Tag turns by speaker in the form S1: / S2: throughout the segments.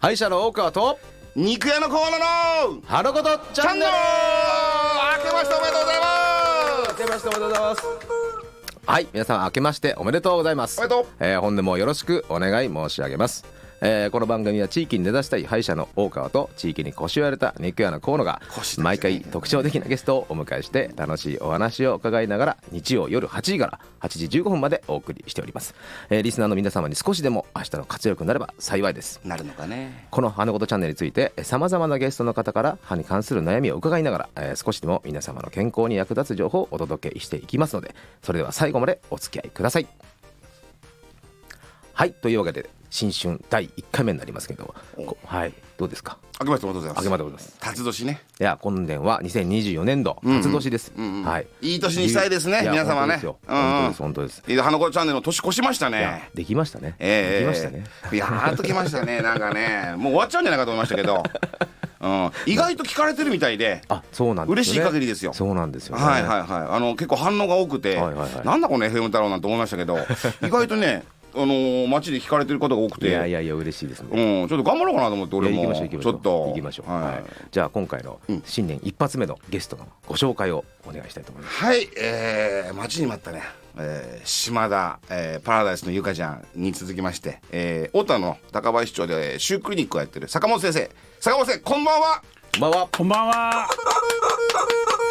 S1: 敗者の大川と
S2: 肉屋のコーナーの
S1: 花子とチ
S2: チ
S1: ャ
S2: ャ
S1: ン
S2: ン
S1: ネ
S2: ネ
S1: ル
S2: ル明けましておめでとうございます
S1: 明けましておめでとうございますはい皆さん明けましておめでとうございます
S2: おめでとう
S1: えー本年もよろしくお願い申し上げます、えーこの番組は地域に根ざしたい歯医者の大川と地域に腰を入れた肉屋の河野が
S2: 腰だけ
S1: 毎回特徴的なゲストをお迎えして楽しいお話を伺いながら日曜夜8時から8時15分までお送りしております、えーリスナーの皆様に少しでも明日の活力になれば幸いです
S2: なるのかね
S1: この「花ごとチャンネル」についてさまざまなゲストの方から歯に関する悩みを伺いながら、えー少しでも皆様の健康に役立つ情報をお届けしていきますのでそれでは最後までお付き合いください。はいというわけで新春第1回目になりますけどこはいどうですか
S2: 明けましておめでとうございます
S1: 明けまでございます。
S2: 辰年ね
S1: いや今年は2024年度初年です。
S2: うんうん
S1: はい。
S2: いい年にしたいですね
S1: や
S2: 皆様ね
S1: 本
S2: うんう
S1: 当
S2: ん
S1: ですよ本当です本当です。
S2: いや花子チャンネルの年越しました
S1: いや
S2: ね
S1: できましたね。
S2: え
S1: で
S2: え
S1: きましたね。
S2: いやーっときま したねなんかねもう終わっちゃうんじゃないかと思いましたけど、うん、意外と聞かれてるみたいで
S1: あそうなんです、ね。
S2: 嬉しい限りですよ
S1: そうなんですよ、ね。
S2: はいはいはいあの結構反応が多くて、
S1: はいはいはい
S2: なんだこの FM 太郎なんて思いました けど意外とねあのー街で聞かれてる方が多くて
S1: いやいやいや嬉しいですね。
S2: うん、ちょっと頑張ろうかなと思って
S1: い
S2: 俺
S1: や行き
S2: も
S1: ましょう行きまし
S2: ち
S1: ょ
S2: ょ
S1: う
S2: っと
S1: 行きましょう、
S2: は
S1: はい
S2: い、
S1: じゃあ今回の新年一発目のゲストのご紹介をお願いしたいと思います、
S2: はいえー、待ちに待ったね、えー島田、えーパラダイスのゆかちゃんに続きまして、えー、太田の高林町でえーシュークリニックをやってる坂本先生坂本先生こんばんは
S1: こんばんは
S3: こんばんは。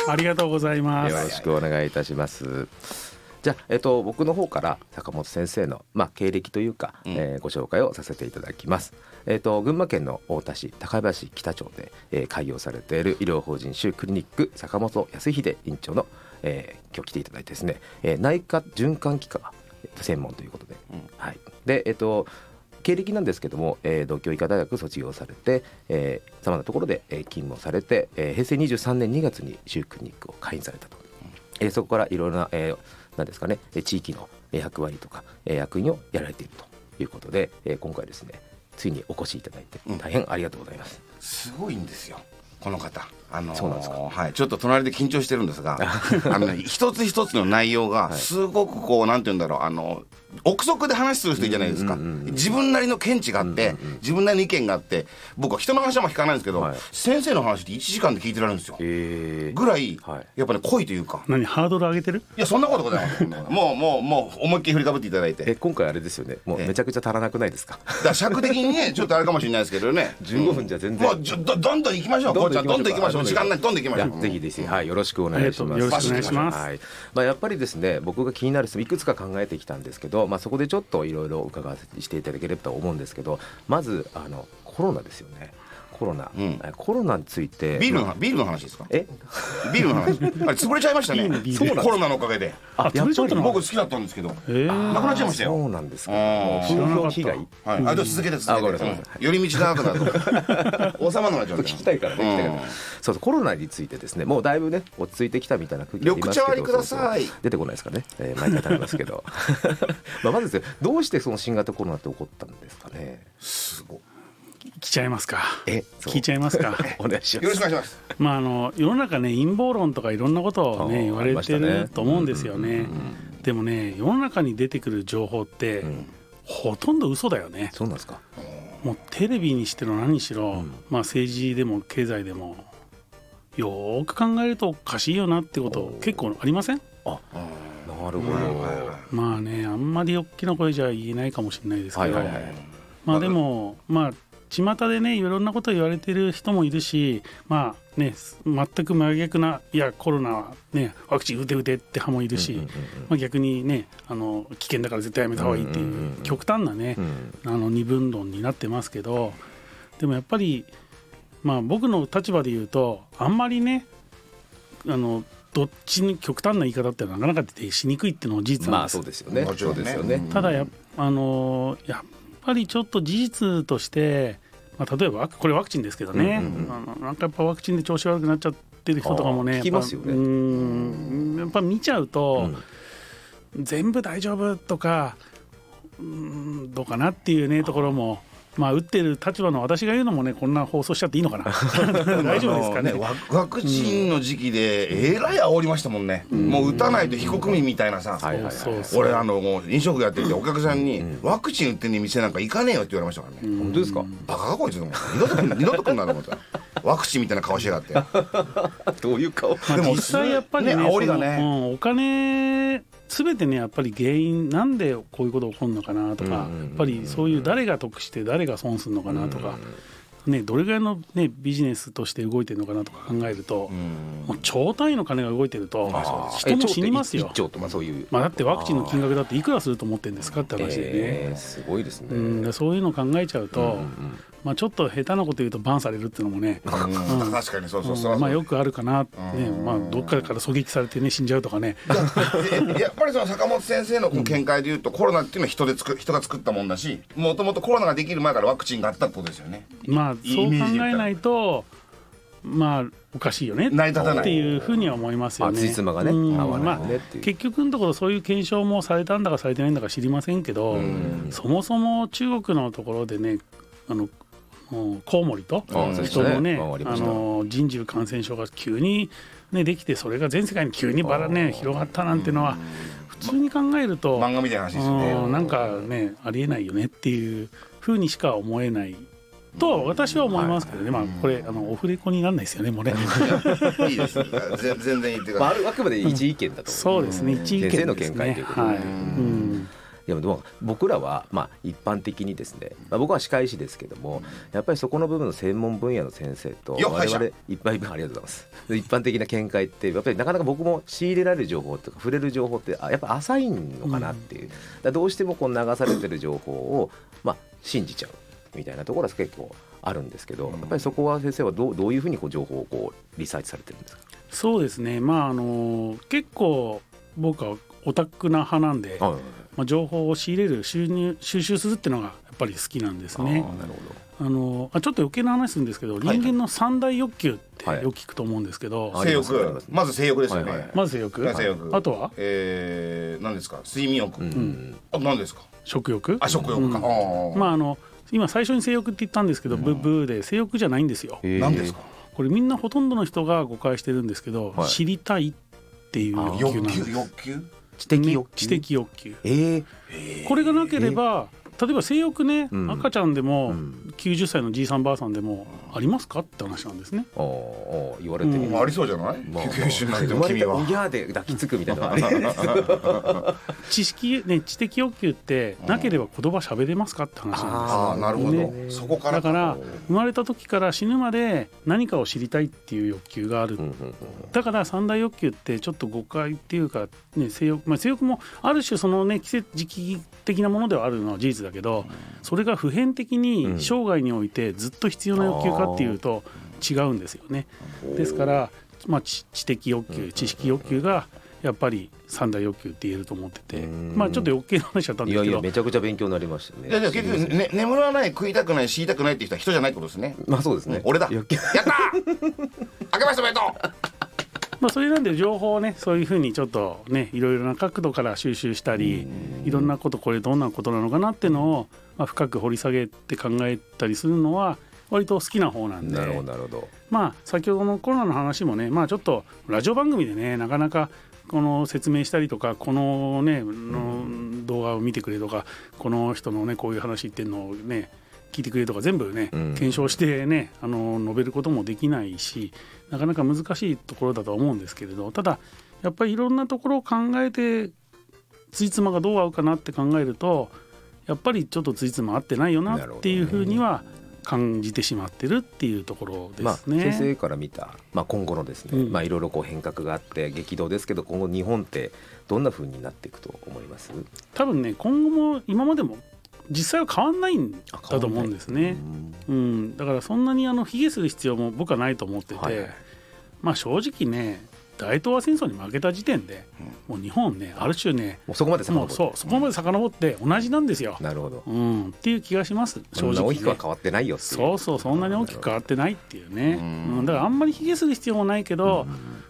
S3: ありがとうございま
S1: よろ
S3: す。
S1: しくお願いいたしますじゃあ、えっと、僕の方から坂本先生の、まあ、経歴というか、えーご紹介をさせていただきます、えっと、群馬県の太田市高林北町で、えー開業されている医療法人州クリニック坂本康秀院長の、えー今日来ていただいてですね、えー内科循環器科がえっと専門ということで、はい、でえっと経歴なんですけども、えー、同教医科大学卒業されてさま、えー様々なところで、えー勤務をされて、えー平成23年2月に州クリニックを開院されたと、えーそこからいろいろな,、えーなんですかね、えー地域のえー役割とか、えー役員をやられているということで、えー今回ですねついにお越しいただいて
S2: うん
S1: 大変ありがとうございます、
S2: すごいんですよこの方あのー
S1: そうなんですか
S2: はい、ちょっと隣で緊張してるんです があの、ね、一つ一つの内容がすごくこうなんて言うんだろうあの憶測で話する人いるじゃないですか、
S1: うんうんうんうん
S2: 自分なりの見地があって、自分なりの意見があって僕は人の話はあんま聞かないんですけど、
S1: はい
S2: 先生の話って1時間で聞いてられるんですよ、
S1: え
S2: ぐらい、
S1: はい
S2: やっぱり、ね、濃いというか
S3: 何ハードル上げてる？
S2: いやそんなことござ いませんもうもうもう思いっきり振りかぶっていただいて
S1: え今回あれですよねもうめちゃくちゃ足らなくないですか、
S2: だから尺的にねちょっとあれかもしれないですけどね
S1: 15分じゃ全然
S2: もうちょどどんどん行きましょうこうちゃんどんどん行きましょう時間ないどんどん行きましょう
S1: ぜひぜひ、はい、よろしくお願いします。
S3: えっとよろしくお願いします
S1: はい、まあ、やっぱりですね、僕が気になる質問いくつか考えてきたんですけど、まあ、そこでちょっといろいろ伺わせてしていただければと思うんですけど。まず、あの、コロナですよね。コロナ、
S2: ん
S1: えコロナについて。
S2: ビールの
S1: まあ
S2: 話ビールの話ですか
S1: え、
S2: ビール の話あれ潰れちゃいましたねそうコロナのおかげで
S1: あやっぱり
S3: それちょっと
S2: 僕好きだったんですけどなく
S3: ええ
S2: なっちゃいまし
S1: そ
S2: たよ
S1: うなんですか。
S2: うん
S1: 風評被害。
S2: はい、あじゃあ続けて
S1: あごめん
S2: 続け
S1: な
S2: て
S1: さい
S2: うん寄り道長くなる 王様の話を
S1: 聞きたいからね、聞きたいから
S2: うん
S1: そうそうコロナについてですねもうだいぶね落ち着いてきたみたいな空気がありますけど
S2: 緑茶割りください
S1: そうそう出てこないですかね、えー、毎回食べますけどまあまずですねどうしてその新型コロナって起こったんですかね
S2: すごい
S3: 来ちゃいますか。
S1: え
S3: 聞いちゃいますか。
S1: お願いしま
S2: よろし
S1: す
S2: くお願いします
S3: まああの世の中ね陰謀論とかいろんなことを
S1: あー
S3: ね言わ
S1: あ
S3: れて
S1: りましたね
S3: ると思うんですよね。でもね世の中に出てくる情報って、ほとんど嘘だよね。
S1: そうなんですか
S3: もうテレビにしてろ何にしろ、まあ政治でも経済でもよーく考えるとおかしいよなってこと結構ありません？
S1: なるほど、
S3: まあねあんまり大きな声じゃ言えないかもしれないです
S1: は
S3: け
S1: い
S3: ど、
S1: はいはい
S3: まあでもまあ巷でねいろんなことを言われてる人もいるしまあねす全く真逆ないやコロナはねワクチン打て打てって派もいるし、まあ、逆にねあの危険だから絶対やめた方がいいって
S1: うんうんう
S3: い
S1: んう
S3: う極端なね、
S1: うん
S3: あの二分論になってますけどでもやっぱり、まあ、僕の立場で言うとあんまりねあのどっちに極端な言い方ってなかなか出てしにくいっていうのも事実
S1: ま
S3: なん
S1: あ
S3: です
S1: そ
S3: よ
S1: うですよね
S2: もちろん
S1: そう
S2: ね
S1: ですよね、
S2: うん
S3: ただや,、あのーやっぱりちょっと事実として、まあ、例えばワクこれワクチンですけどね、あのなんかやっぱワクチンで調子悪くなっちゃってる人とか
S1: あー
S3: もね
S1: 聞きますよね
S3: やっぱうーんやっぱ見ちゃうと、全部大丈夫とかうーんどうかなっていうねところもまあ打ってる立場の私が言うのもねこんな放送しちゃっていいのかな大丈夫ですかね
S2: あのワワクチンの時期でえらい煽りましたもんね、もう打たないと非国民みたいなさ、
S1: はいはいはい
S3: そうそう
S2: 俺あのもう飲食やっててお客さんに、ワクチン打ってねえ店なんか行かねえよって言われましたからね、
S1: 本当ですか
S2: バカかこいつと思って二度と来んな二度と来んなと思ったワクチンみたいな顔しやがって
S1: どういう顔
S3: まあ、
S2: でも
S3: 実際やっぱりね
S2: ね煽りがね
S3: そのうん、お金全てねやっぱり原因なんでこういうこと起こるのかなと
S1: うんう
S3: か、
S1: んうんうん
S3: やっぱりそういう誰が得して誰が損するのかなとか、ね、どれぐらいの、ね、ビジネスとして動いてるのかなとか考えると、 もう超単位の金が動いてると人も死にます
S1: え
S3: よ
S1: 一。丁とかそういう
S3: まあ、だってワクチンの金額だっていくらすると思ってるんですかって話でね、
S1: えーすごいですね、
S3: うん、そういうの考えちゃうと、
S1: うんうん
S3: まあ、ちょっと下手なこと言うとバンされるっていうのもね、
S2: うん確かにそうそう
S3: うん
S2: そらそう
S3: まあよくあるかな、ね
S2: うん
S3: まあ、どっかから狙撃されてね死んじゃうとかね、
S2: でやっぱりその坂本先生のこの見解でいうと、コロナっていうのは人でつく人が作ったもんだしもともとコロナができる前からワクチンがあったってことですよね
S3: まあ、そう
S2: イ
S3: 考
S2: メージで言ったら
S3: えないとまあおかしいよね
S2: 成り立たない
S3: っていうふうには思いますよ
S1: ま
S3: ね。
S1: あ辻褄がね
S3: うん
S1: 合わないよね
S3: ま
S1: ってい
S3: あ、
S1: う
S3: 結局のところそういう検証もされたんだかされてないんだか知りませんけど、そもそも中国のところでねあのうんコウモリと
S1: あそうです
S3: 人
S1: ね
S3: のね
S1: 回りま
S3: あ
S1: した
S3: の人獣感染症が急に、ね、できてそれが全世界に急にばらね広がったなんてのは普通に考えると、
S2: 漫画みたいな話ですよね
S3: うんなんかねありえないよねっていうふうにしか思えないとは私は思いますけどね、まあこれあのオフレコにならないですよね もうね
S2: いいですぜ全然言ってくだ
S1: まあ、
S2: さ
S1: あるあくまで一意見だと思
S3: そううですね一意見
S1: 先生の
S3: です
S1: 見解とい
S3: ね
S1: うことで
S3: はい、うん
S1: でもでも僕らはまあ一般的にですね、まあ、僕は歯科医師ですけどもやっぱりそこの部分の専門分野の先生と
S2: よっ歯
S1: 我
S2: 医者
S1: 々一般ありがとうございます 一般的な見解ってやっぱりなかなか僕も仕入れられる情報とか触れる情報ってあやっぱ浅いのかなっていう、だからどうしてもこう流されてる情報をまあ信じちゃうみたいなところは結構あるんですけどやっぱりそこは先生はどうどういうふうにこう情報をこうリサーチされてるんですか
S3: そうですねまああの結構僕はオタクな派なんで、
S1: あ
S3: まあ、情報を仕入れる収入収集するっていうのがやっぱり好きなんです
S1: あ
S3: ね。
S1: なるほど
S3: あのあちょっと余計な話するんですけど人
S2: はい
S3: 間の三大欲求って
S1: はい
S3: よく聞くと思うんですけど、
S1: はいあり
S2: 性
S1: ま
S2: 欲
S1: す
S2: まず性欲ですよね、
S1: はいはい
S3: まず性欲、
S2: 性欲
S3: あとは
S2: えー、何ですか睡眠欲、
S1: うん
S2: あ何ですか
S3: 食欲
S2: あ食欲か、
S3: うん
S2: あー
S3: まああの今最初に性欲って言ったんですけど、ブブーで性欲じゃないんですよ。
S1: えー
S2: 何ですか
S3: これみんなほとんどの人が誤解してるんですけど、
S1: はい
S3: 知りたいっていう
S1: あ
S3: 欲求
S2: 欲
S3: なんです
S2: 求。欲求
S1: 知的
S3: ね
S1: 欲求
S3: 知的欲求。
S1: えー
S3: これがなければ、例えば性欲ね、
S1: うん
S3: 赤ちゃんで
S1: う
S3: も
S1: ん
S3: 90歳のじいさんばあさんでもありますかって話なんですね。
S1: おーおー言われてみる
S2: まあありそうじゃない救急車になっても君
S1: 生まれ
S2: は
S1: たうぎゃーで抱きつくみ たいなのあれ
S3: 知識ね知的欲求ってなければ言葉喋れますかって話なんですよ。
S2: ああなるほど、
S3: ね
S2: そこから
S3: だ
S2: か
S3: から生まれた時から死ぬまで何かを知りたいっていう欲求があ
S1: う
S3: る
S1: んうんうん
S3: だから三大欲求ってちょっと誤解っていうか、ね、性欲、まあ、性欲もある種そのね季節時期的なものではあるのは事実だけどそれが普遍的
S1: うん
S3: に生涯においてずっと必要な欲求かっていうと違うんですよね。ですから、まあ、知知的欲求知識欲求がやっぱり三大欲求って言えると思ってて、
S1: うん
S3: まあ、ちょっと余計な話だったん
S1: い
S3: です
S1: や
S3: け
S1: い
S3: ど
S1: やめちゃくちゃ勉強になりましたね
S2: いやでも結局、ね、眠らない食いたくない死いたくないって人は人じゃないってことですね
S1: まあそうですね
S2: 俺だ
S1: い
S2: や
S1: や
S2: ったー 明けましておめでと
S3: まあ、それなんで情報をねそういうふうにちょっとねいろいろな角度から収集したりいろんなことこれどんなことなのかなっていうのを、まあ、深く掘り下げて考えたりするのは割と好きな方なんで
S1: なるほどなるほど
S3: まあ先ほどのコロナの話もねまあちょっとラジオ番組でねなかなかこの説明したりとかこのねの動画を見てくれとかこの人のねこういう話言ってるのをね聞いてくれとか全部ね
S1: うん
S3: 検証してねあの述べることもできないしなかなか難しいところだとは思うんですけれどただやっぱりいろんなところを考えてついつまがどう合うかなって考えるとやっぱりちょっとついつま合ってないよなっていうふうには感じてしまってるっていうところで
S1: まあ
S3: すね。
S1: 先生から見たまあ今後のですね
S3: うん
S1: まあいろいろこう変革があって激動ですけど今後日本ってどんな風になっていくと思います
S3: 多分ね今後も今までも実際は変わんないんだと思うんですね。
S1: うん
S3: うん、だからそんなにあの卑下する必要も僕はないと思ってて、
S1: はいはい
S3: まあ正直ね大東亜戦争に負けた時点で、もう日本ねある種ね
S1: もうそこまで遡
S3: も
S1: っ
S3: う
S1: て
S3: そうそこまで遡って同じなんですよ。
S1: なるほど
S3: うん、っていう気がします
S1: そん
S3: 正
S1: な
S3: 直、
S1: 大
S3: ね
S1: きくは変わってないよっていう
S3: そうそうそんなに大きく変わってないっていうね、
S2: うん
S3: うんだからあんまり卑下する必要もないけど、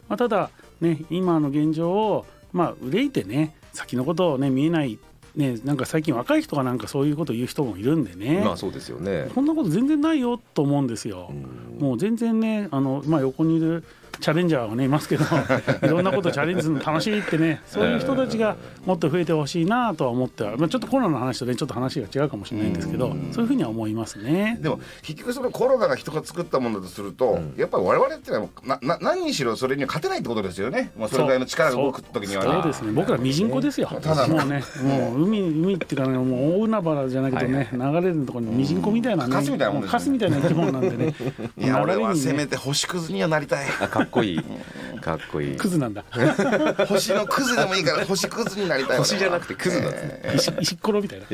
S3: まあ、ただね今の現状をまあ憂いてね先のことをね見えないね、なんか最近若い人がなんかそういうこと言う人もいるんでね、
S1: まあそうですよね。
S3: こんなこと全然ないよと思うんですよ。もう全然ねあの、まあ、横にいるチャレンジャーはねいます けどいろんなことチャレンジするの楽しいってねそういう人たちがもっと増えてほしいなとは思っては、まあ、ちょっとコロナの話とねちょっと話が違うかもしれないんですけどそういうふうには思いますね。
S2: でも結局そのコロナが人が作ったものだとすると、やっぱり我々ってのはなな何にしろそれには勝てないってことですよね。もうそれぐらいの力が動く時にはね
S3: そうですね。僕らミジンコですよ。も
S2: ただの
S3: うね、もう海海っていうかね、もう大海原じゃないけどね、流れるところにミジンコみたいなね、
S2: カスみたいなもんですね
S3: カスみたいな生き物なんでね。
S2: いや俺は
S3: 流れにね
S2: せめて星屑にはなりたい。
S1: あかっこいい。かっこいい。
S3: クズなんだ。
S2: 星のクズでもいいから星クズになりたい。
S1: 星じゃなく
S2: て。
S1: てクズなんですね。
S3: 石石ころみたいな。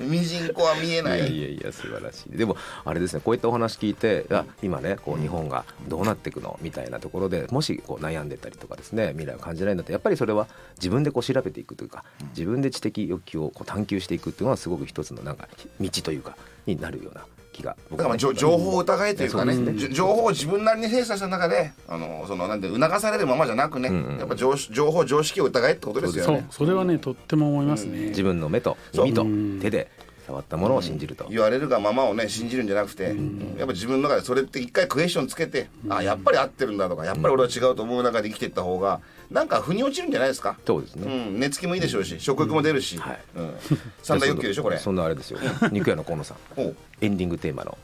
S2: ミジンコは見えない
S1: や
S2: い。
S1: いやいや素晴らしいでもあれですねこういったお話聞いてあ今ねこう日本がどうなっていくのみたいなところでもしこう悩んでたりとかですね未来を感じないんだったらやっぱりそれは自分でこう調べていくというか自分で知的欲求をこう探求していくっていうのはすごく一つのなんか道というかになるような気が
S2: だ
S1: 僕
S2: か
S1: は
S2: らまあ
S1: ね
S2: じょ情報を疑えというかね
S1: そうです
S2: じょ情報を自分なりに精査した中であのそのなんて促されるままじゃなくね、やっぱ情情報常識を疑えってことですよ
S3: そ
S2: ね
S3: う、。それはね、とっても思いますね。
S1: 自分の目と耳と
S3: そううん
S1: 手で触ったものを信じると
S2: 言われるがままをね信じるんじゃなくて、やっぱ自分の中でそれって一回クエスチョンつけて、あやっぱり合ってるんだとかやっぱり俺は違うと思う中で生きていった方がなんか腑に落ちるんじゃないですか。
S1: そうですね
S2: うん、寝つきもいいでしょうし、食欲も出るし、
S1: はい
S2: うん、三大欲求でしょこれ。
S1: そんなあれですよ肉屋の河野さん
S2: おう
S1: エンディングテーマの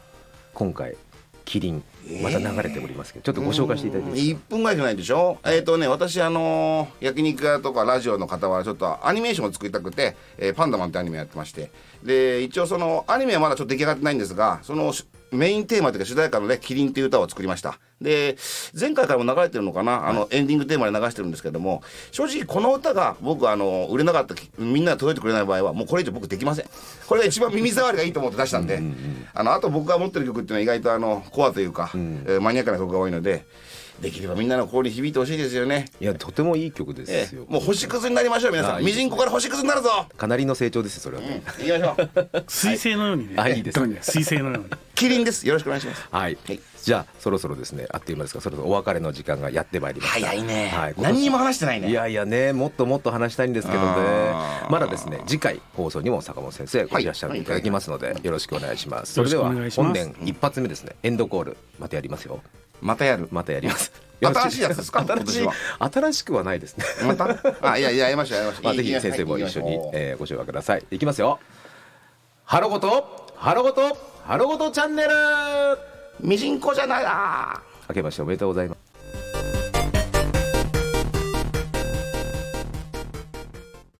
S1: 今回キリンまた流れておりますけど、ちょっとご紹介していただいていいです
S2: 1分ぐらいじゃないでしょ、えっ、とね私あのー焼肉屋とかラジオの方はちょっとアニメーションを作りたくて「えーパンダマン」ってアニメやってましてで一応そのアニメはまだちょっと出来上がってないんですがそのしメインテーマというか主題歌のね「キリン」っていう歌を作りましたで前回からも流れてるのかなあのエンディングテーマで流してるんですけども正直この歌が僕あの売れなかったきみんなが届いてくれない場合はもうこれ以上僕できませんこれが一番耳障りがいいと思って出したんであのあと僕が持ってる曲っていうのは意外とあのコアというか、えーマニアックな曲が多いのでできればみんなの心に響いてほしいですよね。
S1: いやとてもいい曲で
S2: え
S1: す
S2: え
S1: よ、
S2: もう星屑になりましょう皆さ
S1: あ
S2: ん。
S1: いいで
S2: み
S1: す
S2: じんこから星屑になるぞ。
S1: かなりの成長ですよそれはね、
S2: 行きましょう。
S3: 水星のようにね。
S1: あいいです
S3: とにかく水星のように。
S2: キリンです。よろしくお願いします。
S1: はい、
S2: はい
S1: じゃあそろそろですねあっという間ですがそろそろお別れの時間がやってまいりました
S2: 早いね。
S1: はい、
S2: 何にも話してないね。
S1: いやいやねもっともっと話したいんですけどね
S2: あー
S1: まだですね次回放送にも坂本先生ごいらっしゃっていただきますのでよろしくお願いします、
S3: よろし
S1: そ
S3: く
S1: れ
S3: お
S1: では
S3: 願いし
S1: 本
S3: ます
S1: 年一発目ですねエンドコールまたやりますよ
S2: またやる。
S1: またやります
S2: 新しいやつですか
S1: 新しい
S2: 今
S1: 新しくはないですね
S2: また。あいやいややりましょうやりましょう。
S1: まあ、
S2: いい
S1: ぜひ
S2: いい
S1: 先生も
S2: はい
S1: 一緒に
S2: 行きましょ、う
S1: えーご紹介ください。いきますよ。ハロゴと、ハロゴと、ハロゴとチャンネル
S2: みじんこじゃないあー
S1: 明けましておめでとうございます。